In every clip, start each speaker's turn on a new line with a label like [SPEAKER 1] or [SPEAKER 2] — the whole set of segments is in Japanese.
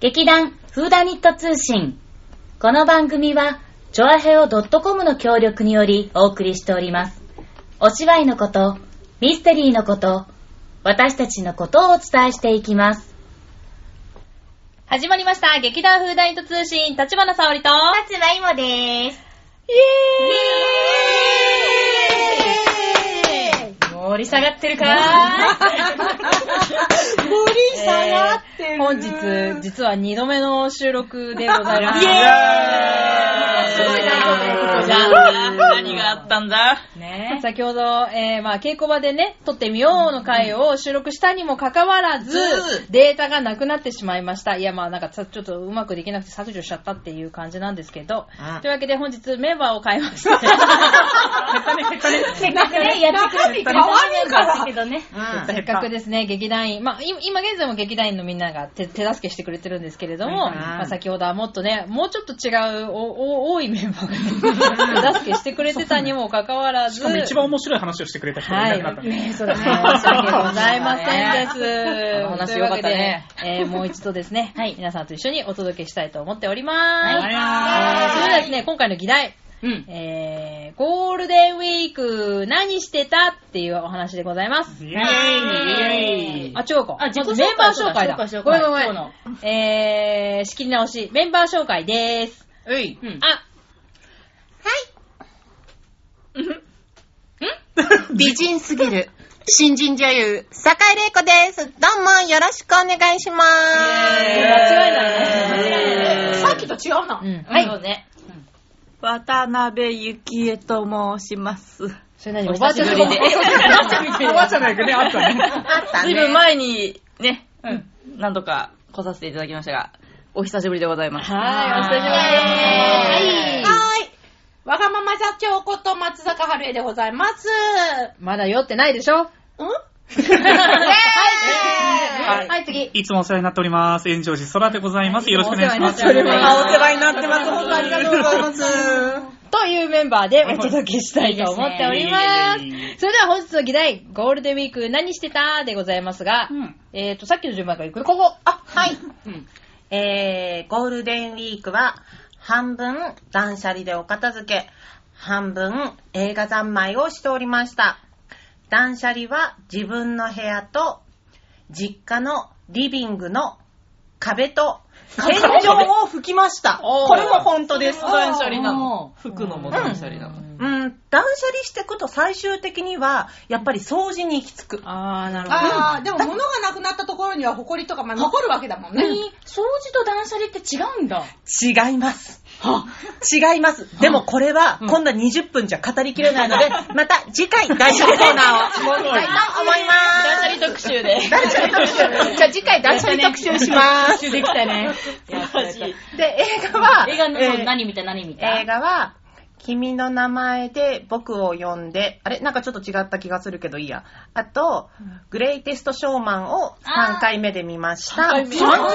[SPEAKER 1] 劇団フーダニット通信。この番組は、チョアヘオ .com の協力によりお送りしております。お芝居のこと、ミステリーのこと、私たちのことをお伝えしていきます。
[SPEAKER 2] 始まりました。劇団フーダイント通信、立花沙織と、
[SPEAKER 1] 松葉いもです。
[SPEAKER 2] イエーイ盛り下がってるか
[SPEAKER 3] 盛り下がってる。
[SPEAKER 2] 本日、実は2度目の収録でございま す。
[SPEAKER 3] イエーイ
[SPEAKER 2] すごいな
[SPEAKER 3] じゃあ何があったんだ
[SPEAKER 2] ね先ほど、えー、まあ稽古場でね、撮ってみようの回を収録したにもかかわらず、
[SPEAKER 3] ず
[SPEAKER 2] データがなくなってしまいました。いや、まあなんかさちょっとうまくできなくて削除しちゃったっていう感じなんですけど、
[SPEAKER 3] うん
[SPEAKER 2] というわけで本日メンバーを変えました。
[SPEAKER 1] せっかくね、やってくれて
[SPEAKER 3] 中身変わ
[SPEAKER 1] るから。けどね。
[SPEAKER 2] せっかくですね、劇団員、まあ、い今現在も劇団員のみんなが手手助けしてくれてるんですけれども、
[SPEAKER 3] はいはい
[SPEAKER 2] まあ、先ほどはもっとね、もうちょっと違う、おお多いメンバーが、ね、手助けしてくれてたにもかかわらず、
[SPEAKER 4] しかも一番面白い話をしてくれた人がい
[SPEAKER 2] は
[SPEAKER 4] ないくなったん。で。
[SPEAKER 2] ねそうですね。申し訳ございませんです。
[SPEAKER 3] お話よかったね
[SPEAKER 2] というわけで。えーもう一度です ね、
[SPEAKER 1] はい
[SPEAKER 2] 皆さんと一緒にお届けしたいと思っております。
[SPEAKER 1] はい
[SPEAKER 2] えーそれではですね、今回の議題、
[SPEAKER 1] うん。
[SPEAKER 2] えー、ゴールデンウィーク何してたっていうお話でございます。
[SPEAKER 4] イエーイイエーイ
[SPEAKER 2] あ、違うか。
[SPEAKER 1] あ自己紹介
[SPEAKER 2] まずメンバー紹介だ。
[SPEAKER 1] そうだ
[SPEAKER 2] ごめんごめ
[SPEAKER 1] 紹介
[SPEAKER 2] ん。えー、仕切り直し、メンバー紹介でーす。
[SPEAKER 3] うい。
[SPEAKER 1] うん
[SPEAKER 2] あ、
[SPEAKER 5] 美人すぎる。新人女優、坂井玲子です。どうもよろしくお願いしま
[SPEAKER 2] 間
[SPEAKER 3] イ
[SPEAKER 5] す。
[SPEAKER 3] エーイ
[SPEAKER 2] 違いないね。
[SPEAKER 5] さっきと違うな。
[SPEAKER 2] うん。はい。
[SPEAKER 1] そうね。
[SPEAKER 6] 渡辺幸恵と申します。
[SPEAKER 2] それ何おばあちゃんのこと
[SPEAKER 4] おばあちゃんなんかね、あったね。
[SPEAKER 5] あった
[SPEAKER 6] ずい
[SPEAKER 5] ね。
[SPEAKER 6] ぶん前にね、
[SPEAKER 2] うん
[SPEAKER 6] 何度か来させていただきましたが、お久しぶりでございます。
[SPEAKER 2] はい、お久しぶりです。はい。
[SPEAKER 5] は
[SPEAKER 7] わがまま座長こと松坂春恵でございます。
[SPEAKER 2] まだ酔ってないでしょ
[SPEAKER 6] はい。
[SPEAKER 7] はい、次。
[SPEAKER 4] いつもお世話になっております。炎上寺空でございます。よろしくお願いします。
[SPEAKER 2] お世話になっております
[SPEAKER 3] あ、お世話になってます。本当ありがとうございます。
[SPEAKER 2] というメンバーでお届けしたいと思っております。
[SPEAKER 4] いいですね
[SPEAKER 2] それでは本日の議題、ゴールデンウィーク何してたでございますが、
[SPEAKER 4] うん
[SPEAKER 2] えっ、と、さっきの順番からいくここ。あ、
[SPEAKER 5] い。 えー、ゴールデンウィークは、半分断捨離でお片付け、半分映画三昧をしておりました。断捨離は自分の部屋と、実家のリビングの壁と、天井を拭きま した。
[SPEAKER 6] おー
[SPEAKER 5] これも本当です。
[SPEAKER 6] 断捨離な
[SPEAKER 1] お
[SPEAKER 6] の。服のも断捨離なの。
[SPEAKER 5] うん、断捨離していくと最終的には、やっぱり掃除に行き着く。
[SPEAKER 2] あー、なるほど。
[SPEAKER 7] ああ、でも物がなくなったところには埃とか、まあ、残るわけだもんね。
[SPEAKER 1] 掃除と断捨離って違うんだ。
[SPEAKER 5] 違います。違います。でもこれは、こんな20分じゃ語りきれないので、また次回、断捨離コーナーを、したいと思います。
[SPEAKER 6] 二人特集で。
[SPEAKER 5] 断捨離特集。じゃあ次回、断捨離特集します。
[SPEAKER 2] 集できたね。
[SPEAKER 5] で、映画は、
[SPEAKER 1] 映画の
[SPEAKER 5] えー
[SPEAKER 1] 何見た何見た
[SPEAKER 5] 映画は、君の名前で僕を呼んで、あれなんかちょっと違った気がするけどいいや。あと、グレイテストショーマンを3回目で見ました。3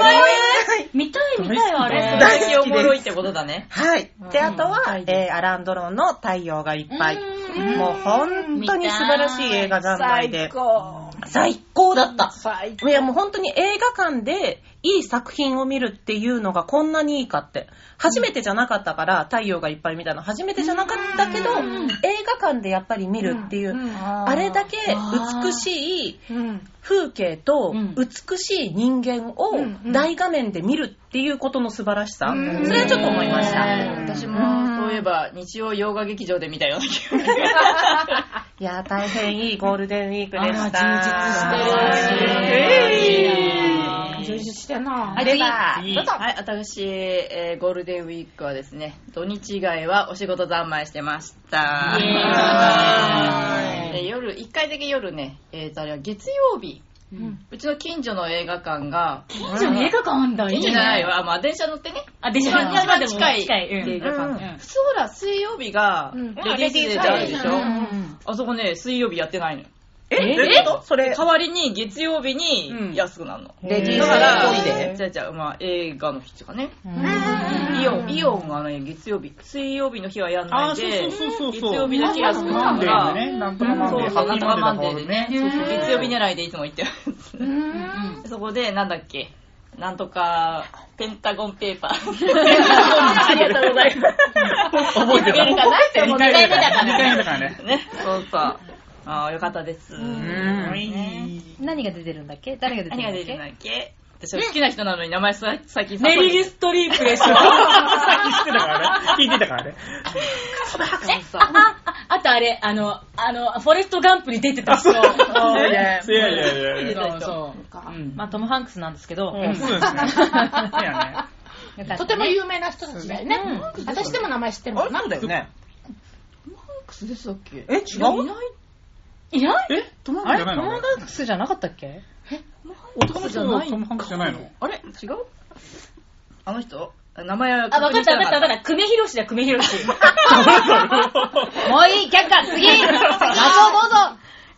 [SPEAKER 1] 見たい見たい、あれ。
[SPEAKER 5] 大
[SPEAKER 6] 大おもろいってことだね。
[SPEAKER 5] はい。で、あとは、えーアランドロンの太陽がいっぱい。
[SPEAKER 1] うん
[SPEAKER 5] もう本当に素晴らしい映画三昧で。
[SPEAKER 7] 高。
[SPEAKER 5] 最高だった。
[SPEAKER 7] 最
[SPEAKER 5] いやもう本当に映画館でいい作品を見るっていうのがこんなにいいかって。初めてじゃなかったから、太陽がいっぱい見たの初めてじゃなかったけど、映画館でやっぱり見るっていう、あれだけ美しい
[SPEAKER 7] うん。
[SPEAKER 5] 風景と
[SPEAKER 1] うん
[SPEAKER 5] 美しい人間を
[SPEAKER 7] うんうん
[SPEAKER 5] 大画面で見るっていうことの素晴らしさ、
[SPEAKER 7] うん
[SPEAKER 5] それはちょっと思いました。
[SPEAKER 6] 私も、そういえば、日曜洋画劇場で見たような気が。
[SPEAKER 5] いやー、大変いいゴールデンウィークでした。
[SPEAKER 6] あー充実してる
[SPEAKER 7] うん。充実してんな。
[SPEAKER 6] はい、
[SPEAKER 5] で
[SPEAKER 6] 次。
[SPEAKER 5] は
[SPEAKER 4] 次
[SPEAKER 6] はい、私、えーゴールデンウィークはですね、土日以外はお仕事三昧してました。で夜、一回だけ夜ね、えーと、あれは月曜日、うちの近所の映画館が、
[SPEAKER 1] 近所に映画館あんだ。
[SPEAKER 6] 近所じゃない。わ、まあ電車乗ってね、
[SPEAKER 1] あ、でしょ、
[SPEAKER 6] 一番
[SPEAKER 1] 一
[SPEAKER 6] 一
[SPEAKER 1] 番
[SPEAKER 6] 番
[SPEAKER 1] でも
[SPEAKER 6] 近い
[SPEAKER 1] うん
[SPEAKER 6] 映画館。
[SPEAKER 1] うん
[SPEAKER 6] 普通ほら、水曜日が、
[SPEAKER 7] うん
[SPEAKER 6] レディースデーってあるでしょ、あそこね、水曜日やってないのよ。
[SPEAKER 5] え、どういうことそれ、
[SPEAKER 6] 代わりに月曜日
[SPEAKER 5] うん
[SPEAKER 6] に安くなるの。
[SPEAKER 5] レ
[SPEAKER 6] だから、
[SPEAKER 5] いで。
[SPEAKER 6] じゃあじゃあ、まあ映画の日とかね。
[SPEAKER 7] うん
[SPEAKER 6] イオン、イオンはね、月曜日、水曜日の日はやんないで、
[SPEAKER 4] あそうそうそうそう
[SPEAKER 6] 月曜日だけ安く
[SPEAKER 4] マ
[SPEAKER 6] な
[SPEAKER 4] ン
[SPEAKER 6] るか
[SPEAKER 4] デー
[SPEAKER 6] ら、
[SPEAKER 4] のね、なんとか
[SPEAKER 6] そ
[SPEAKER 4] マン
[SPEAKER 6] う
[SPEAKER 4] デー。
[SPEAKER 6] そう、なんとかマンデーでね、
[SPEAKER 7] うん
[SPEAKER 6] 月曜日狙いでいつも行ってます。
[SPEAKER 7] うん。
[SPEAKER 6] そこで、なんだっけ、なんとか、ペンタゴンペーパー。ありがとうございます。
[SPEAKER 4] 覚えてた。
[SPEAKER 6] 出るかなって思
[SPEAKER 4] 2
[SPEAKER 6] って
[SPEAKER 4] 回目だから。
[SPEAKER 6] 二回
[SPEAKER 4] 2回目だからね。
[SPEAKER 6] ね、そうそう。ああ、よかったです。
[SPEAKER 4] うん。
[SPEAKER 6] ね
[SPEAKER 2] 何が出てるんだっけ誰が出て
[SPEAKER 6] 何
[SPEAKER 2] る
[SPEAKER 6] が
[SPEAKER 2] んだ
[SPEAKER 6] 出
[SPEAKER 2] って
[SPEAKER 6] る
[SPEAKER 2] け
[SPEAKER 6] んだっけ私好きな人なのに名前さ先
[SPEAKER 3] メリルストリープでしょ。
[SPEAKER 4] さっき知ってたからね。聞いてたからね。
[SPEAKER 3] あ、ああとあれ、あの、あの、フォレストガンプに出てた人。
[SPEAKER 6] そうね
[SPEAKER 4] いやいやいやい
[SPEAKER 6] 出
[SPEAKER 4] や。
[SPEAKER 6] た人
[SPEAKER 4] う
[SPEAKER 7] か
[SPEAKER 4] ん。
[SPEAKER 2] まあ、トム・ハンクスなんですけど、
[SPEAKER 4] うんそうですね。いやね。
[SPEAKER 2] よかったね
[SPEAKER 7] とても有名な人たちだよね。私でも名前知ってるもんな。
[SPEAKER 3] んだよね。
[SPEAKER 6] マックスでしたっけ
[SPEAKER 3] え、違う
[SPEAKER 2] いや
[SPEAKER 4] えトムハ
[SPEAKER 2] あ
[SPEAKER 4] ンクス
[SPEAKER 2] れト
[SPEAKER 4] じゃない
[SPEAKER 2] ム・ハ
[SPEAKER 4] の
[SPEAKER 2] ンクスじゃなかったっけ
[SPEAKER 4] 男の人のトムハンクスじゃないの
[SPEAKER 6] あれ違うあの人名前は
[SPEAKER 3] あ、
[SPEAKER 6] 確
[SPEAKER 3] わか
[SPEAKER 6] 認
[SPEAKER 3] っ
[SPEAKER 6] して
[SPEAKER 3] た
[SPEAKER 6] な
[SPEAKER 3] わかったわか
[SPEAKER 6] っ
[SPEAKER 3] った。久米宏だ、久米宏。
[SPEAKER 2] もういい、却下、次画像どうぞ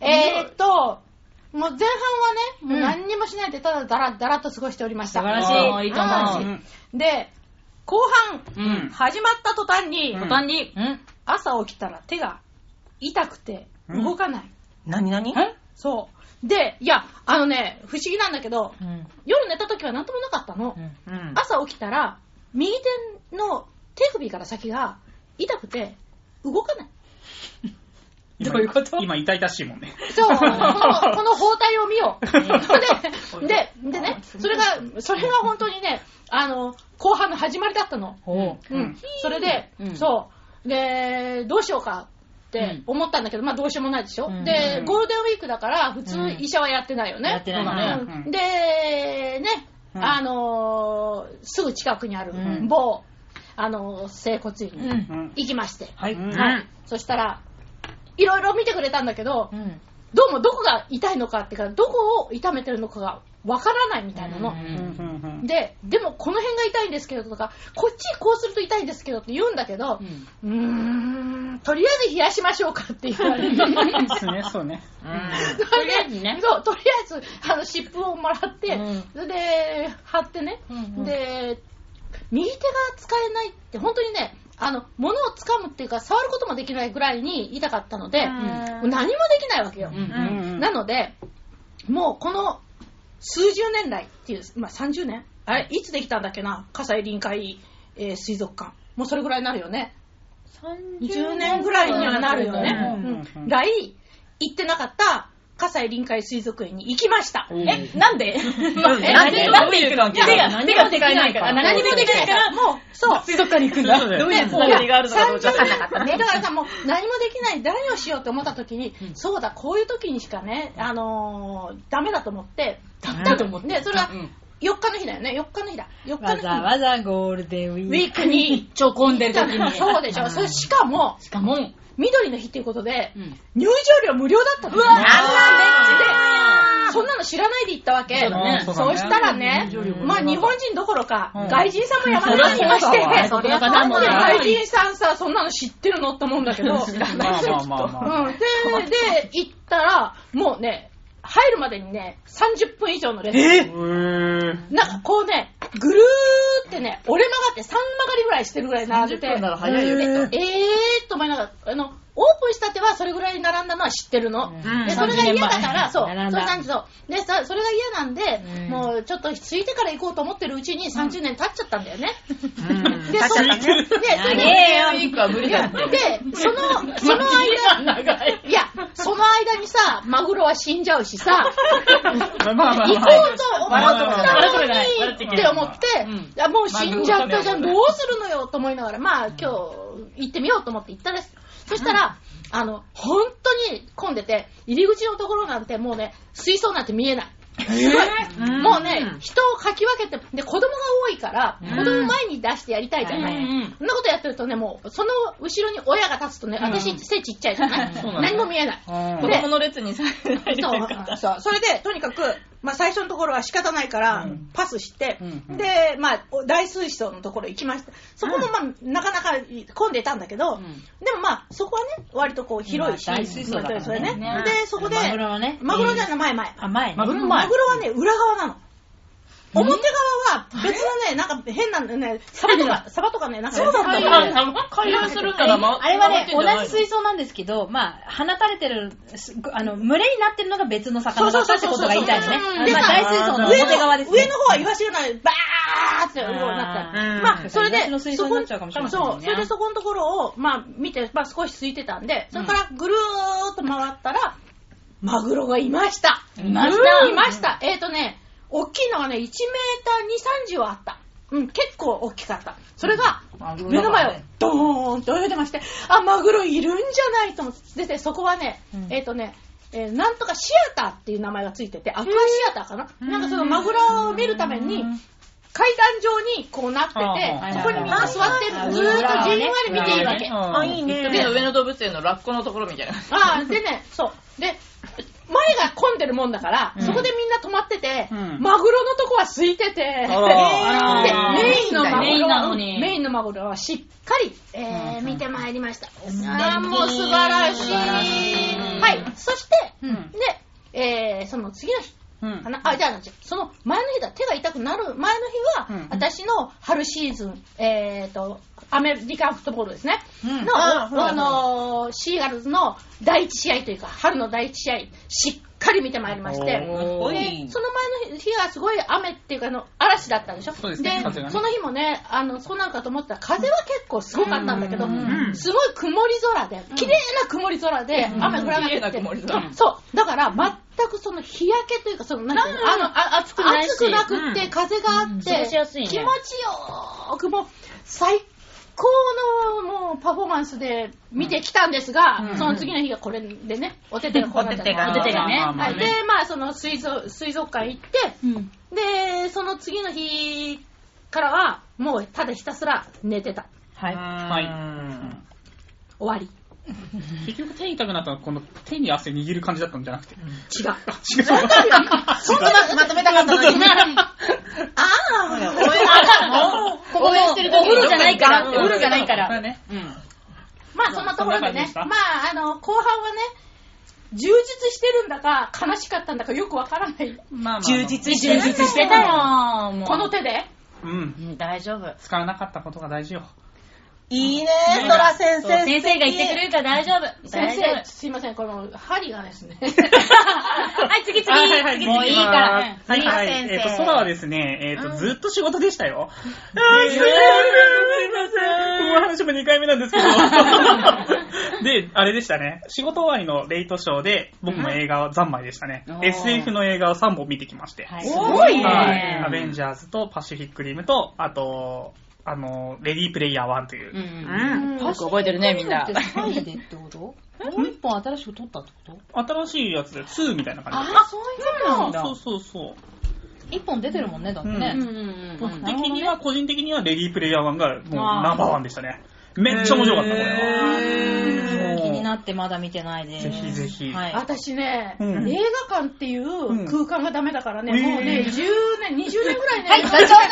[SPEAKER 7] えーっと、もう前半はね、もう何にもしないでただだらだらっと過ごしておりました。
[SPEAKER 2] 素晴らし
[SPEAKER 3] あー
[SPEAKER 2] い。
[SPEAKER 3] いいと思う
[SPEAKER 7] うんで、後半、
[SPEAKER 4] うん
[SPEAKER 7] 始まった途端に、
[SPEAKER 4] うん
[SPEAKER 3] 途端に、
[SPEAKER 2] うん。
[SPEAKER 7] 朝起きたら手が痛くて
[SPEAKER 4] うん
[SPEAKER 7] 動かない。
[SPEAKER 5] 何何
[SPEAKER 7] そう。で、いや、あのね、不思議なんだけど、
[SPEAKER 2] うん。
[SPEAKER 7] 夜寝た時は何ともなかったの
[SPEAKER 2] う。ん。
[SPEAKER 5] うん
[SPEAKER 7] 朝起きたら、右手の手首から先が痛くて動かない。
[SPEAKER 4] 今
[SPEAKER 2] どういうこと
[SPEAKER 4] 今、痛々しいもんね。
[SPEAKER 7] そう、 この、この包帯を見よ う。で、で、でね、それが、それが本当にね、あの、後半の始まりだったの。
[SPEAKER 2] おう。
[SPEAKER 7] うん。それで
[SPEAKER 2] うん、
[SPEAKER 7] そう。で、どうしようかって思ったんだけど、まあどうしようもないでしょ
[SPEAKER 2] うん。
[SPEAKER 7] で、ゴールデンウィークだから、普通
[SPEAKER 2] うん
[SPEAKER 7] 医者はやってないよね。
[SPEAKER 2] やってない
[SPEAKER 4] よね
[SPEAKER 7] うん
[SPEAKER 4] うん
[SPEAKER 7] で、ね、
[SPEAKER 4] うん
[SPEAKER 7] あのー、すぐ近くにある
[SPEAKER 2] うん
[SPEAKER 7] 某、あのー、整骨
[SPEAKER 2] う
[SPEAKER 7] 院に
[SPEAKER 2] ん。
[SPEAKER 4] うん
[SPEAKER 7] 行きまして。
[SPEAKER 4] はい。うん
[SPEAKER 7] はい。そしたら、いろいろ見てくれたんだけど
[SPEAKER 2] う、ん。
[SPEAKER 7] どうもどこが痛いのかっていうか、どこを痛めてるのかがわからないみたいなの
[SPEAKER 2] う。。
[SPEAKER 4] うんうんん
[SPEAKER 7] で、でもこの辺が痛いんですけどとか、こっちこうすると痛いんですけどって言うんだけど、うーん、とりあえず冷やしましょうかって言われて。それ
[SPEAKER 4] うんいいっすね、そうね。
[SPEAKER 7] でとりあえずね。そう、とりあえず、あの、湿布をもらって、
[SPEAKER 2] うん
[SPEAKER 7] それで、貼ってね、
[SPEAKER 2] うんうん
[SPEAKER 7] で、右手が使えないって、本当にね、あの、物を掴むっていうか、触ることもできないぐらいに痛かったので、もう何もできないわけよ。
[SPEAKER 4] うんうん
[SPEAKER 7] なので、もうこの数十年来っていう、まあ30年あれ、いつできたんだっけな葛西臨海、えー水族館。もうそれぐらいになるよね。20年ぐらいにはなるよね。
[SPEAKER 4] うん
[SPEAKER 7] うんうん来、行ってなかった葛西臨海水族園に行きました。
[SPEAKER 4] うん
[SPEAKER 3] え、な んで
[SPEAKER 7] な
[SPEAKER 3] なんん
[SPEAKER 7] で
[SPEAKER 3] でなんで行くの手が、手ができ
[SPEAKER 2] な
[SPEAKER 3] ないい
[SPEAKER 2] か
[SPEAKER 3] からら。
[SPEAKER 7] 何もできないから、もう、そう。
[SPEAKER 3] 水族館に行くんだ。
[SPEAKER 4] そうだよ
[SPEAKER 3] どういうつ
[SPEAKER 7] もう
[SPEAKER 3] ながりがあるのかどうか
[SPEAKER 7] 30年だからさ、もう何もできない、何をしようって思った時に、そうだ、こういう時にしかね、あのー、ダメだと思って、だったと思って、それは4日の日だよね、4日の日だ。4日の
[SPEAKER 2] わ
[SPEAKER 7] 日
[SPEAKER 2] ざわざゴールデンウィー
[SPEAKER 7] ウ
[SPEAKER 2] ク。
[SPEAKER 7] ィークに、
[SPEAKER 3] ちょこんでる時に。
[SPEAKER 7] そうでしょ。それしかも、
[SPEAKER 3] しかも、うん
[SPEAKER 7] 緑の日っていうことで、入場料無料だったの。うわ
[SPEAKER 3] なんだ
[SPEAKER 7] で、 そんなの知らないで行ったわけ。
[SPEAKER 4] そうだね
[SPEAKER 7] そう
[SPEAKER 4] そうだね
[SPEAKER 7] したらね、まあ日本人どころか、外人さんも山の中にいまし
[SPEAKER 3] そりゃそうだ
[SPEAKER 7] て、
[SPEAKER 3] わそりゃそうだ
[SPEAKER 7] なん
[SPEAKER 3] もん
[SPEAKER 7] で
[SPEAKER 3] ね
[SPEAKER 7] 外人さんさ、そんなの知ってるのって思うんだけど、
[SPEAKER 4] まあまあまあまあ。
[SPEAKER 7] うん、で、で、行ったら、もうね、入るまでにね、30分以上のレッスン。
[SPEAKER 4] え
[SPEAKER 7] なんかこうね、ぐるーってね、折れ曲がって3曲がりぐらいしてるぐらい並んでて、
[SPEAKER 6] 30分なら早いよきっ
[SPEAKER 7] えーっと思いながら、あの、オープンしたてはそれぐらいに並んだのは知ってるの。
[SPEAKER 5] うん
[SPEAKER 7] で、それが嫌
[SPEAKER 2] 30年
[SPEAKER 7] だか
[SPEAKER 2] 前
[SPEAKER 7] ら、そう、それ
[SPEAKER 2] 並んだ
[SPEAKER 7] なんそう。で、さそれが嫌なんで、
[SPEAKER 2] うん
[SPEAKER 7] もうちょっとついてから行こうと思ってるうちに30年経っちゃったんだよね。
[SPEAKER 5] うん
[SPEAKER 7] で、そ
[SPEAKER 5] 立っちゃ
[SPEAKER 7] で、
[SPEAKER 5] っ
[SPEAKER 7] そ
[SPEAKER 5] た
[SPEAKER 7] れで
[SPEAKER 5] ね、
[SPEAKER 6] ウィークは無理 だって。
[SPEAKER 7] で、その、その間、いや、その間にさ、マグロは死んじゃうしさ、
[SPEAKER 4] まあまあまあ。
[SPEAKER 7] 行こうと思っ
[SPEAKER 4] 笑うとこない笑うとこない笑うとこ
[SPEAKER 7] た
[SPEAKER 4] ない
[SPEAKER 7] のにって思って、いやもう死んじゃったじゃん、どうするのよと思いながら、まあ今日行ってみようと思って行ったんです。そしたら、あの、本当に混んでて、入り口のところなんてもうね、水槽なんて見えない。すごいもうね、人をかき分けて、で、子供が多いから、子供前に出してやりたいじゃない。そんなことやってるとね、もう、その後ろに親が立つとね、私背ちっちゃいじゃない。何も見えない。
[SPEAKER 6] 子供の列にされないで
[SPEAKER 7] そう
[SPEAKER 6] よかった。
[SPEAKER 7] そうそれで、とにかく、まあ、最初のところは仕方ないから、パスして、
[SPEAKER 4] うんうん
[SPEAKER 7] で、まあ、お大水槽のところ行きました。そこも、まあ、なかなか混んでたんだけど、でもまあ、そこはね、割とこう、広いし、
[SPEAKER 2] まあ大水槽だからね
[SPEAKER 7] それね
[SPEAKER 2] ね
[SPEAKER 7] で、そこで、
[SPEAKER 2] マグロはね
[SPEAKER 7] マグロじゃない、前前。
[SPEAKER 2] あ、前ね
[SPEAKER 7] マグロはね、裏側なの。表側は別のね、なんか変なね、サバとか、サバとかね、なんかね、そう
[SPEAKER 8] 開運開運するから、ま、
[SPEAKER 2] あれはね、同じ
[SPEAKER 8] イ
[SPEAKER 2] 水槽なんですけど、まあ、放たれてる、すあの、群れになってるのが別の魚だったってことが言いたいのね。
[SPEAKER 7] そうそうそうそ
[SPEAKER 2] あ
[SPEAKER 7] う
[SPEAKER 2] のまあ、大水槽の
[SPEAKER 7] 上の
[SPEAKER 2] 表側ですね。
[SPEAKER 7] 上の方はイワシがない、バーってなった。
[SPEAKER 5] うん
[SPEAKER 7] まあ、それで
[SPEAKER 2] イワシ、の水槽になっちゃうかもしれないですね
[SPEAKER 7] そう、それでそこのところを、まあ、見て、まあ、少し空いてたんで、それからぐるーっと回ったら、マグロがいました。いました。いました。えっ、ー、とね、大きいのがね、1メーター2、30はあった。うん、結構大きかった。それが、目の前をドーンと泳いでまして、あ、マグロいるんじゃないと思って、ででそこはね、えっ、とね、えーなんとかシアターっていう名前がついてて、アクアシアターかな、なんかそのマグロを見るために、階段状にこうなって
[SPEAKER 4] あ
[SPEAKER 7] て、そこにみんな座って、ずーっとじんわり見ているわけ。
[SPEAKER 5] あ、いいね。
[SPEAKER 6] で、上野動物園のラッコのところみたいな。
[SPEAKER 7] ああ、でね、そう。で、前が混んでるもんだから、そこでみんな止まってて、
[SPEAKER 4] うん
[SPEAKER 7] マグロのとこは空いてて、で、
[SPEAKER 4] あら
[SPEAKER 7] メインのマグロは
[SPEAKER 8] メインなのに
[SPEAKER 7] メインのマグロはしっかり、えー見てまいりました。ああ、もう素晴らしい。はい、そして、で、えーその次の日。かなあ、じゃあ、じゃあその前の日だ、手が痛くなる前の日は、
[SPEAKER 4] うん
[SPEAKER 7] 私の春シーズン、えっ、と、アメリカンフットボールですね。の、
[SPEAKER 5] あほら
[SPEAKER 7] あのーシーガルズの第一試合というか、春の第一試合、しっかり見てまいりまして、で
[SPEAKER 5] おい。
[SPEAKER 7] その前の日はすごい雨っていうかあの、嵐だったんでしょ
[SPEAKER 4] そうですね風がね
[SPEAKER 7] その日もね、あの、そうなるかと思ったら、風は結構すごかったんだけど、
[SPEAKER 4] ん
[SPEAKER 7] すごい曇り空で、綺麗な曇り空で、雨降らなくて、
[SPEAKER 6] 綺麗な曇り空
[SPEAKER 7] そう、だから全くその日焼けというか、その、なんていうのあの、
[SPEAKER 8] あ、暑くないし。
[SPEAKER 7] 暑くなくって、風があって、
[SPEAKER 8] 過ごしやすいね
[SPEAKER 7] 気持ちよーく、もう、最高のもうパフォーマンスで見てきたんですが、その次の日がこれでね、お手手がこうなっちゃった
[SPEAKER 5] お手手が
[SPEAKER 8] お手手がね
[SPEAKER 4] まあまあまあ
[SPEAKER 7] はい、で、まあ、その水族水族館行って、
[SPEAKER 8] うん。
[SPEAKER 7] で、その次の日からは、もうただひたすら寝てた。
[SPEAKER 4] は
[SPEAKER 7] 終わり。
[SPEAKER 4] い。結局手痛くなったのは、この手に汗握る感じだったんじゃなくて。
[SPEAKER 7] 違う。
[SPEAKER 4] 違
[SPEAKER 5] そん
[SPEAKER 4] う。
[SPEAKER 5] なまとめたかったのに。ああ、応援
[SPEAKER 8] 応援してる時 お風呂じゃないから、お風呂じゃないから。
[SPEAKER 4] まあね
[SPEAKER 7] まあそんなところで
[SPEAKER 4] そんな感じで
[SPEAKER 7] ね
[SPEAKER 4] し、
[SPEAKER 7] ま
[SPEAKER 4] た
[SPEAKER 7] ああの、後半はね、充実してるんだか、悲しかったんだかよくわからない。
[SPEAKER 4] まあまあまあ
[SPEAKER 5] 充実して
[SPEAKER 8] 充
[SPEAKER 5] る。
[SPEAKER 8] 実してたよ、もう。
[SPEAKER 7] この手で。
[SPEAKER 4] うん。
[SPEAKER 8] うん、大丈夫。
[SPEAKER 4] 使わなかったことが大事よ。
[SPEAKER 5] いいね、そら先
[SPEAKER 8] そう
[SPEAKER 5] 生。
[SPEAKER 8] 先生が言ってくれるから大丈夫。
[SPEAKER 7] 先
[SPEAKER 8] 大丈
[SPEAKER 7] 生、
[SPEAKER 8] 夫。
[SPEAKER 7] すいません、この針がですね。
[SPEAKER 8] はい、次次。
[SPEAKER 4] はいはいはい
[SPEAKER 8] 次もういいから。
[SPEAKER 4] はいはい。
[SPEAKER 5] 先生
[SPEAKER 4] えっと、空はですね、えっと、ずっと仕事でしたよ。 あー、すいません、すいません。この話も2回目なんですけど。で、あれでしたね。仕事終わりのレイトショーで、僕も映画を三昧でしたね
[SPEAKER 8] お。ー
[SPEAKER 4] SF の映画を3本見てきまして。
[SPEAKER 8] はい
[SPEAKER 4] す
[SPEAKER 8] ごいね
[SPEAKER 4] アベンジャーズとパシフィックリムと、あと、あの、レディープレイヤー1というう。
[SPEAKER 8] ん。
[SPEAKER 6] よく覚えてるね、みんな。
[SPEAKER 2] サイでってこともう一本新しく取ったってこと
[SPEAKER 4] 新しいやつで2みたいな感じ
[SPEAKER 2] あ、そういう
[SPEAKER 4] で。
[SPEAKER 2] の
[SPEAKER 4] そうそうそう。
[SPEAKER 2] 一本出てるもんね、だってね。
[SPEAKER 4] うん僕的には、個人的にはレディープレイヤー1がもう
[SPEAKER 2] あー
[SPEAKER 4] ナンバーワンでしたね。めっちゃ面白かった、これは。
[SPEAKER 2] 気に
[SPEAKER 4] も
[SPEAKER 2] なってまだ見てないです。
[SPEAKER 4] ぜひぜひ
[SPEAKER 2] はい。
[SPEAKER 7] 私ね、
[SPEAKER 4] うん
[SPEAKER 7] 映画館っていう空間がダメだからね、
[SPEAKER 4] うん
[SPEAKER 7] もう
[SPEAKER 4] え
[SPEAKER 7] ね、
[SPEAKER 4] ー
[SPEAKER 7] 10年、20年ぐらいね、
[SPEAKER 8] はい、座長の話は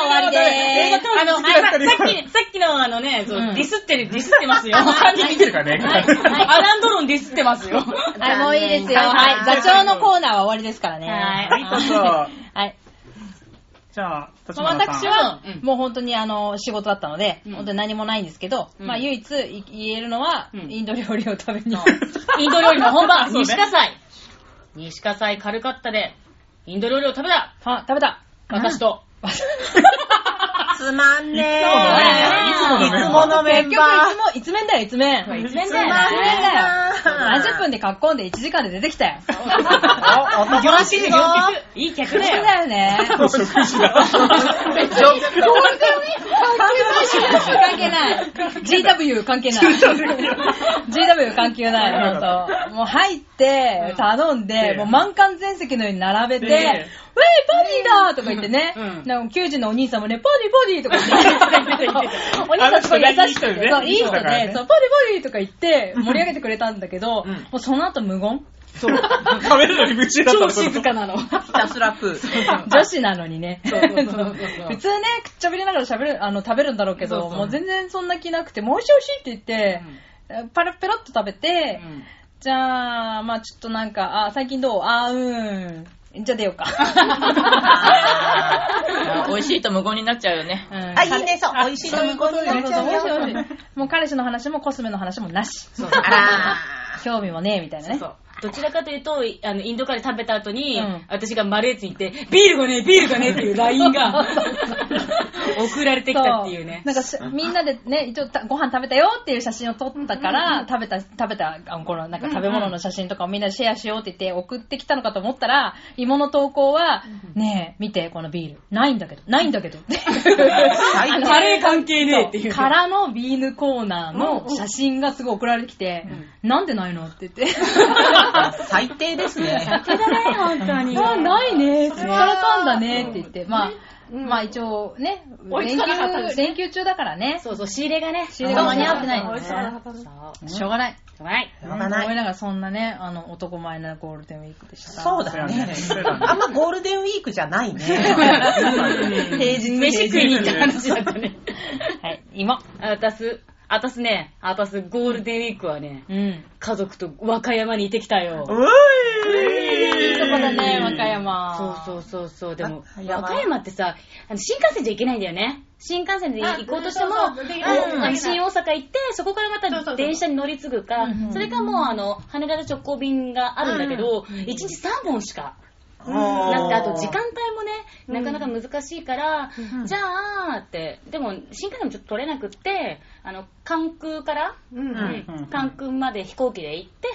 [SPEAKER 8] 終わりで
[SPEAKER 4] 映画
[SPEAKER 8] ーす。
[SPEAKER 4] 館
[SPEAKER 8] あの、
[SPEAKER 4] 好きだったり
[SPEAKER 8] さっき、さっきのあのね、そう
[SPEAKER 2] うん
[SPEAKER 8] ディスってる、ディスってますよ。
[SPEAKER 4] う何見てるかね。
[SPEAKER 8] アランドロンディスってますよ。
[SPEAKER 2] はい、もういいですよ。はい。座長のコーナーは終わりですからね。
[SPEAKER 8] は
[SPEAKER 4] はいい、どうぞ。
[SPEAKER 2] はい。
[SPEAKER 4] じゃあ、立
[SPEAKER 2] ま
[SPEAKER 4] 花
[SPEAKER 2] あ
[SPEAKER 4] さん。
[SPEAKER 2] 私は
[SPEAKER 8] うん、
[SPEAKER 2] もう本当にあの、仕事だったので、
[SPEAKER 8] うん
[SPEAKER 2] 本当に何もないんですけど、
[SPEAKER 8] うん
[SPEAKER 2] まあ唯一い言えるのは、
[SPEAKER 8] うん
[SPEAKER 2] インド料理を食べに行っ
[SPEAKER 8] インド料理の本 場、
[SPEAKER 4] そうね
[SPEAKER 8] 西葛西。西葛西軽かったで、インド料理を食べた。
[SPEAKER 2] た。あ、食べた。
[SPEAKER 8] 私と。
[SPEAKER 5] つまんね
[SPEAKER 4] いつものね
[SPEAKER 5] え。いつものメ
[SPEAKER 2] 結
[SPEAKER 5] ン
[SPEAKER 2] 局、い
[SPEAKER 5] バー。
[SPEAKER 2] つも、いつ面だよ、いつ面。い
[SPEAKER 8] 一面
[SPEAKER 2] つ
[SPEAKER 8] だよね
[SPEAKER 2] 面
[SPEAKER 5] う
[SPEAKER 2] だ
[SPEAKER 5] ん
[SPEAKER 2] よ。30分でかっこんで1時間で出てきたよ。
[SPEAKER 5] お、おとなしいぞ。
[SPEAKER 8] いい客
[SPEAKER 2] そう
[SPEAKER 8] だよ。
[SPEAKER 2] だよね。
[SPEAKER 4] もう食事だ。
[SPEAKER 2] 関係ない。GW 関係ない。GW 関係ない、ほんと。もう入って、頼んで、
[SPEAKER 4] うん
[SPEAKER 2] もう満館全席のように並べて、ウ
[SPEAKER 4] うん
[SPEAKER 2] ェイ、パディだとか言ってね、なんか球児のお兄さんもね、パディパディとか言って、お兄さんすごい優しくて、
[SPEAKER 4] あ
[SPEAKER 2] そう
[SPEAKER 4] の
[SPEAKER 2] い
[SPEAKER 4] 人
[SPEAKER 2] い
[SPEAKER 4] い
[SPEAKER 2] 人
[SPEAKER 4] い人
[SPEAKER 2] で、
[SPEAKER 4] だからね
[SPEAKER 2] そうパディパディとか言って、盛り上げてくれたんだけど、もうその後無言。
[SPEAKER 4] 食べるのに夢中だった
[SPEAKER 2] 超
[SPEAKER 4] ってこと
[SPEAKER 2] 静かなの。
[SPEAKER 5] ひたすら食う。
[SPEAKER 2] 女子なのにね。
[SPEAKER 8] そうそうそうそう
[SPEAKER 2] 普通ね、くっちゃべりながら喋る、あの、食べるんだろうけど、
[SPEAKER 8] そうそう
[SPEAKER 2] もう全然そんな気なくて、もう美味しい美味しいって言って、パラペロっと食べて、じゃあ、まあちょっとなんか、あ、最近どうあー、うーん。じゃあ出ようか。
[SPEAKER 6] あ美味しいと無言になっちゃうよね。
[SPEAKER 5] あ、いいね、そう。美味しい飲み込みになっちゃうよ。
[SPEAKER 2] そうそう美味しい美味しいもう彼氏の話もコスメの話もなし。
[SPEAKER 5] あ
[SPEAKER 2] 興味もねえみたいなね。
[SPEAKER 8] そうどちらかというと、いあの、インドカレー食べた後に、
[SPEAKER 2] うん
[SPEAKER 8] 私がマレーツに行って、ビールがねえ、ビールがねえっていう LINE が、送られてきたっていうね。
[SPEAKER 2] なんかしみんなでね、一応たご飯食べたよっていう写真を撮ったから、食べた、食べた、あの、このなんか食べ物の写真とかをみんなでシェアしようって言って送ってきたのかと思ったら、芋の投稿は、ねえ、見て、このビール。ないんだけど、ないんだけどって。あの
[SPEAKER 8] カレー関係ねえっていう。
[SPEAKER 2] からのビーヌコーナーの写真がすごい送られてきて、なんでないのって言って。
[SPEAKER 5] ら、最低ですね。
[SPEAKER 8] 本当に。
[SPEAKER 2] あ、 ないね。すっからかんだねって言って。まあ、まあ一応ね、
[SPEAKER 7] 追い
[SPEAKER 2] 連
[SPEAKER 7] つかなかったで
[SPEAKER 2] 休、
[SPEAKER 7] すね
[SPEAKER 2] 連休中だからね。
[SPEAKER 8] そうそう、仕入れがね。
[SPEAKER 2] 仕入れが間に合ってない
[SPEAKER 7] 美
[SPEAKER 2] ん
[SPEAKER 7] 味し
[SPEAKER 2] だ
[SPEAKER 7] そうな
[SPEAKER 2] よね。
[SPEAKER 7] 方です
[SPEAKER 2] しょうがない。
[SPEAKER 8] はい。
[SPEAKER 5] しょうがな
[SPEAKER 2] 思い
[SPEAKER 5] い。
[SPEAKER 2] ながらそんなね、あの、男前なゴールデンウィークでした。
[SPEAKER 5] そうだね
[SPEAKER 4] そう。だね
[SPEAKER 5] あんまゴールデンウィークじゃない ね。
[SPEAKER 8] 平日飯食いに行った話だったね。
[SPEAKER 2] はい、今。
[SPEAKER 8] あたす、あたすね、あたすゴールデンウィークはね、
[SPEAKER 2] うん。
[SPEAKER 8] 家族と和歌山にいてきたよ。
[SPEAKER 4] う
[SPEAKER 2] いい
[SPEAKER 4] い
[SPEAKER 2] とこだね、和歌山。
[SPEAKER 8] そうそうそうそう。でも、
[SPEAKER 5] あや
[SPEAKER 8] 和
[SPEAKER 5] ばい
[SPEAKER 8] 歌山ってさ、あの新幹線じゃ行けないんだよね。新幹線で行こうとしても、
[SPEAKER 7] あそうそうできない
[SPEAKER 8] うんあの新大阪行って、そこからま
[SPEAKER 7] そうそうそ
[SPEAKER 8] た
[SPEAKER 7] う
[SPEAKER 8] 電車に乗り継ぐか、それかもう、あの、羽田の直行便があるんだけど、1日3本しか。な
[SPEAKER 5] な
[SPEAKER 8] って、あと時間帯もね、なかなか難しいから、じゃあって、でも新幹線もちょっと取れなくって、あの、関空から、うん関空まで飛行機で行って、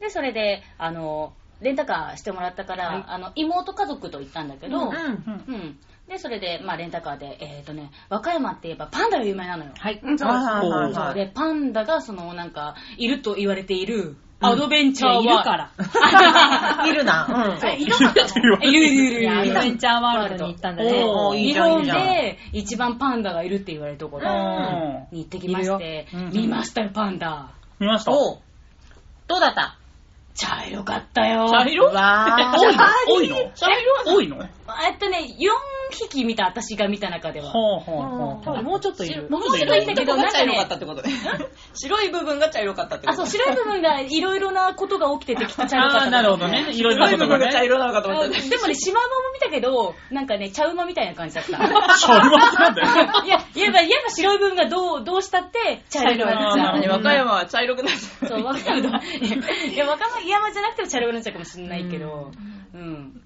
[SPEAKER 8] で、それで、あの、レンタカーしてもらったから、あの、妹家族と行ったんだけど、うん。で、それで、まあ、レンタカーで、えっ、とね、和歌山って言えばパンダが有名なのよ。
[SPEAKER 2] はい。
[SPEAKER 5] はいはいはいはい
[SPEAKER 8] で、パンダが、その、なんか、いると言われている、アドベンチャーは、
[SPEAKER 2] いるから。
[SPEAKER 5] いるな。うん。
[SPEAKER 8] いるいるいるい
[SPEAKER 2] いやア
[SPEAKER 8] る。
[SPEAKER 2] ドベンチャーワールドに行ったんだね。
[SPEAKER 5] おーい
[SPEAKER 8] 日
[SPEAKER 5] いじゃんい
[SPEAKER 8] 本
[SPEAKER 5] いじゃん
[SPEAKER 8] で一番パンダがいるって言われるところ
[SPEAKER 4] うん
[SPEAKER 8] に行ってきまして
[SPEAKER 4] いるようん、
[SPEAKER 8] 見ましたよ、パンダ。
[SPEAKER 4] 見ました。
[SPEAKER 5] おうどうだった
[SPEAKER 8] 茶色かったよ。
[SPEAKER 4] 茶色
[SPEAKER 5] わ
[SPEAKER 4] 多いの多いの茶色多いのは
[SPEAKER 8] えっとね、4匹見た、私が見た中で
[SPEAKER 4] あ
[SPEAKER 8] は。
[SPEAKER 4] はあはあ。
[SPEAKER 2] もうちょっといる。
[SPEAKER 8] もうちょっといいんだけど、なんかね、
[SPEAKER 5] って ことで。白い部分が茶色かったって
[SPEAKER 8] あ、そう、白い部分がいろいろなことが起きててきた茶 色かっ
[SPEAKER 4] あ
[SPEAKER 8] た。
[SPEAKER 4] あ、なるほどね。いろいろなことがね。
[SPEAKER 5] 色なのかと
[SPEAKER 8] あ。でもね、シマウマも見たけど、なんかね、茶馬みたいな感じだ った。
[SPEAKER 4] 茶色なんだよ。
[SPEAKER 8] いや、言えば、言えば白い部分がどう、どうしたって茶色くなっちゃう
[SPEAKER 4] 茶色。
[SPEAKER 6] ね和歌山は茶色くなっちゃう。
[SPEAKER 8] そう、若山だ。いや、若山じゃなくてもチャルになっちゃうかもしれないけど。うん。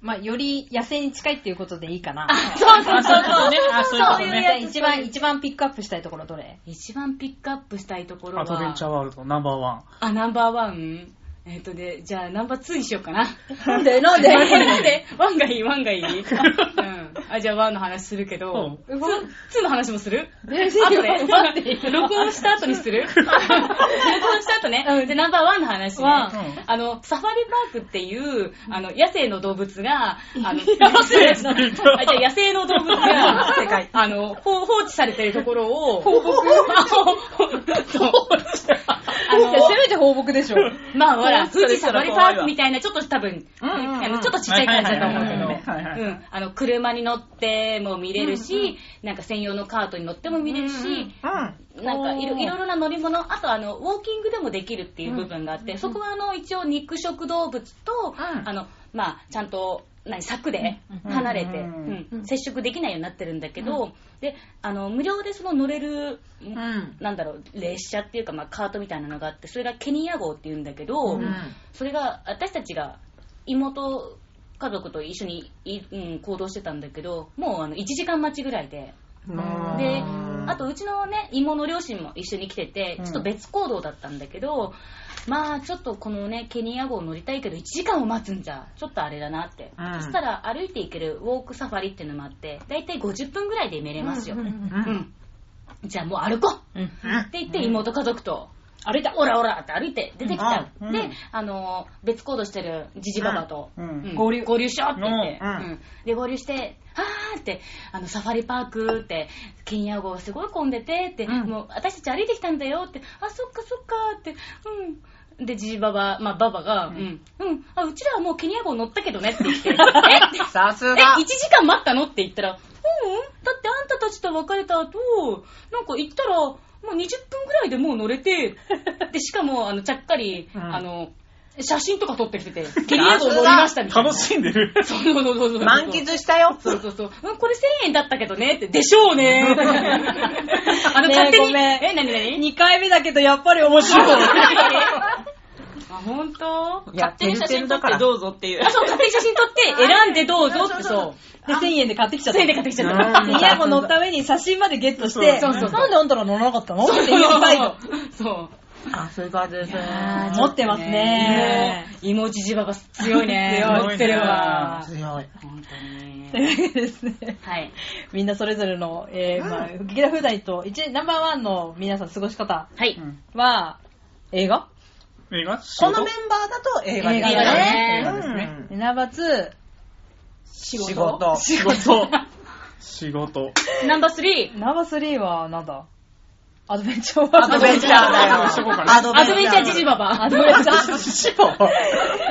[SPEAKER 2] まあ、より野生に近いっていうことでいいかな。
[SPEAKER 8] そうそうそう
[SPEAKER 4] そうねあそういうことね
[SPEAKER 8] いうやつ
[SPEAKER 2] 一番、一番ピックアップしたいところどれ
[SPEAKER 8] 一番ピックアップしたいところは。
[SPEAKER 4] アドベンチャーワールドナンバーワン。
[SPEAKER 8] あ、ナンバーワンえっ、とね、じゃあナンバーツーにしようかな。
[SPEAKER 2] なんでなんで
[SPEAKER 8] なんでワンがいい、ワンがいい。うん。あ、じゃあワンの話するけど、ツーツーの話もするあとね、録音した後に する録音した後ね。で、ナンバーワンの話ね。
[SPEAKER 2] ワ
[SPEAKER 8] あの、サファリパークっていう、あの、野生の動物が、 あの、野生の、あじゃあ野生の動物が、あの、放放置されてるところを、放牧あの、
[SPEAKER 2] せめて放牧でしょ。
[SPEAKER 8] まあほら、富 士サファリパークみたいな、ちょっと多分、あのちょっとちっちゃい感じだと思うけど、
[SPEAKER 4] はいはいはいはい
[SPEAKER 8] うん。あの、車に乗っても見れるし、なんか専用のカートに乗っても見れるし、なんかいろいろいろな乗り物、あとあの、ウォーキングでもできるっていう部分があって、そこはあの、一応肉食動物と、あの、まあ、ちゃんと、何、柵で離れて、
[SPEAKER 4] うん
[SPEAKER 8] うん接触できないようになってるんだけど、で、あの、無料でその乗れる、
[SPEAKER 5] うん。
[SPEAKER 8] なんだろう列車っていうか、まあ、カートみたいなのがあってそれがケニア号っていうんだけど、それが私たちが妹家族と一緒にい、うん、行動してたんだけどもうあの1時間待ちぐらいで。であとうちのね妹の両親も一緒に来ててちょっと別行動だったんだけど、まあちょっとこのねケニア号乗りたいけど1時間を待つんじゃちょっとあれだなって、
[SPEAKER 5] うん
[SPEAKER 8] そしたら歩いて行けるウォークサファリっていうのもあってだいたい50分ぐらいで見れますよ、うんじゃあもう歩こう、って言って妹家族と歩いたオラオラって歩いて出てきた、
[SPEAKER 4] うんう
[SPEAKER 8] で
[SPEAKER 4] ん
[SPEAKER 8] あのー別行動してるじじばばと、
[SPEAKER 4] うん
[SPEAKER 8] うん合流合流しようって言って、
[SPEAKER 5] うん
[SPEAKER 8] うんで合流してあーってあのサファリパークってケニア号すごい混んでてって、もう私たち歩いてきたんだよってあそっかそっかってうんでじじばばまあばばがうん、うん、あうちらはもうケニア号乗ったけどねって言ってえって
[SPEAKER 5] さす
[SPEAKER 8] え、
[SPEAKER 5] が
[SPEAKER 8] 1。時間待ったのって言ったら、うん、だってあんたたちと別れた後、なんか行ったら、もう20分ぐらいでもう乗れて、で、しかも、あの、ちゃっかり、
[SPEAKER 5] ん
[SPEAKER 8] あの、
[SPEAKER 3] 写真とか撮ってきてて、ケニア号乗りましたみたいな。
[SPEAKER 4] 楽しんでる。
[SPEAKER 3] そうそうそうそうそう。
[SPEAKER 5] 満喫したよ。
[SPEAKER 3] そうそうそう。うんこれ1000円だったけどねって、でしょうね。あの、
[SPEAKER 2] ねえ
[SPEAKER 3] 勝手
[SPEAKER 2] ご
[SPEAKER 3] に。
[SPEAKER 2] めん
[SPEAKER 3] え、なになに
[SPEAKER 2] 2回目だけどやっぱり面白い。
[SPEAKER 3] あ、ほんと
[SPEAKER 6] いや、
[SPEAKER 3] 勝手
[SPEAKER 6] て
[SPEAKER 3] に
[SPEAKER 6] る
[SPEAKER 3] 写
[SPEAKER 6] て
[SPEAKER 3] 真
[SPEAKER 6] る
[SPEAKER 3] 撮
[SPEAKER 6] だ
[SPEAKER 3] っ
[SPEAKER 6] から
[SPEAKER 3] て
[SPEAKER 6] どうぞっていう。
[SPEAKER 3] あ、そう、勝手に写真撮って、選んでどうぞってそう。
[SPEAKER 2] で、1000円で買ってきちゃった。
[SPEAKER 3] 1000円で買ってきちゃった。
[SPEAKER 2] イヤホン乗った上に写真までゲットして、
[SPEAKER 4] そう
[SPEAKER 3] そう
[SPEAKER 2] なんであんたら乗らなかったのって言う態度。
[SPEAKER 3] そう。
[SPEAKER 5] あ、そういう感じですね。
[SPEAKER 2] 持ってますね。
[SPEAKER 3] 芋じじばば強いね。
[SPEAKER 4] 強いね
[SPEAKER 3] 持ってるわ。
[SPEAKER 5] 強い。
[SPEAKER 8] 本当に
[SPEAKER 2] と。いうわけでですね。
[SPEAKER 8] はい。
[SPEAKER 2] みんなそれぞれの、えー、まあ、劇団風大と、一、ナンバーワンの皆さん過ごし方
[SPEAKER 8] はい。
[SPEAKER 2] は、映画
[SPEAKER 4] 映画仕
[SPEAKER 5] この
[SPEAKER 4] 事
[SPEAKER 5] メンバーだと映画
[SPEAKER 2] 映画
[SPEAKER 8] だね
[SPEAKER 4] 映画ですね。
[SPEAKER 2] でナンバーツー、
[SPEAKER 5] 仕事。
[SPEAKER 4] 仕事。仕事。
[SPEAKER 8] ナンバー3。
[SPEAKER 2] ナンバースリーはなんだアドベンチャーワールド。
[SPEAKER 5] アドベンチャーだよ。
[SPEAKER 4] そうかな
[SPEAKER 5] アドベンチャー
[SPEAKER 3] じじばば。
[SPEAKER 2] アドベンチャー。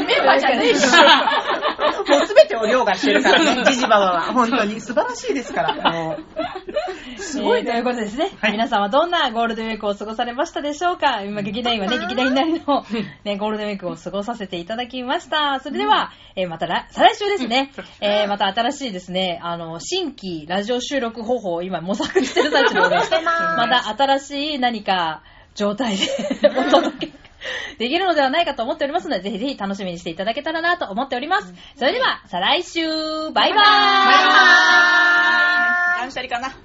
[SPEAKER 7] メンバーじゃねえし。
[SPEAKER 5] もうすべてを凌駕してるからね、ジジババは。本当に素晴らしいですから。
[SPEAKER 2] すごい、ということですね、皆さんはどんなゴールデンウィークを過ごされましたでしょうか今、劇団員はね、劇団員なりの、 ね、ゴールデンウィークを過ごさせていただきました。それでは、えーまた来、再来週ですね、えーまた新しいですね、あの、新規ラジオ収録方法を今模索してる最中でございます。 また新しい何か状態で お届け。 できるのではないかと思っておりますので、ぜひぜひ楽しみにしていただけたらなと思っております。それでは、再来週バイバーイ
[SPEAKER 6] 断捨離かな。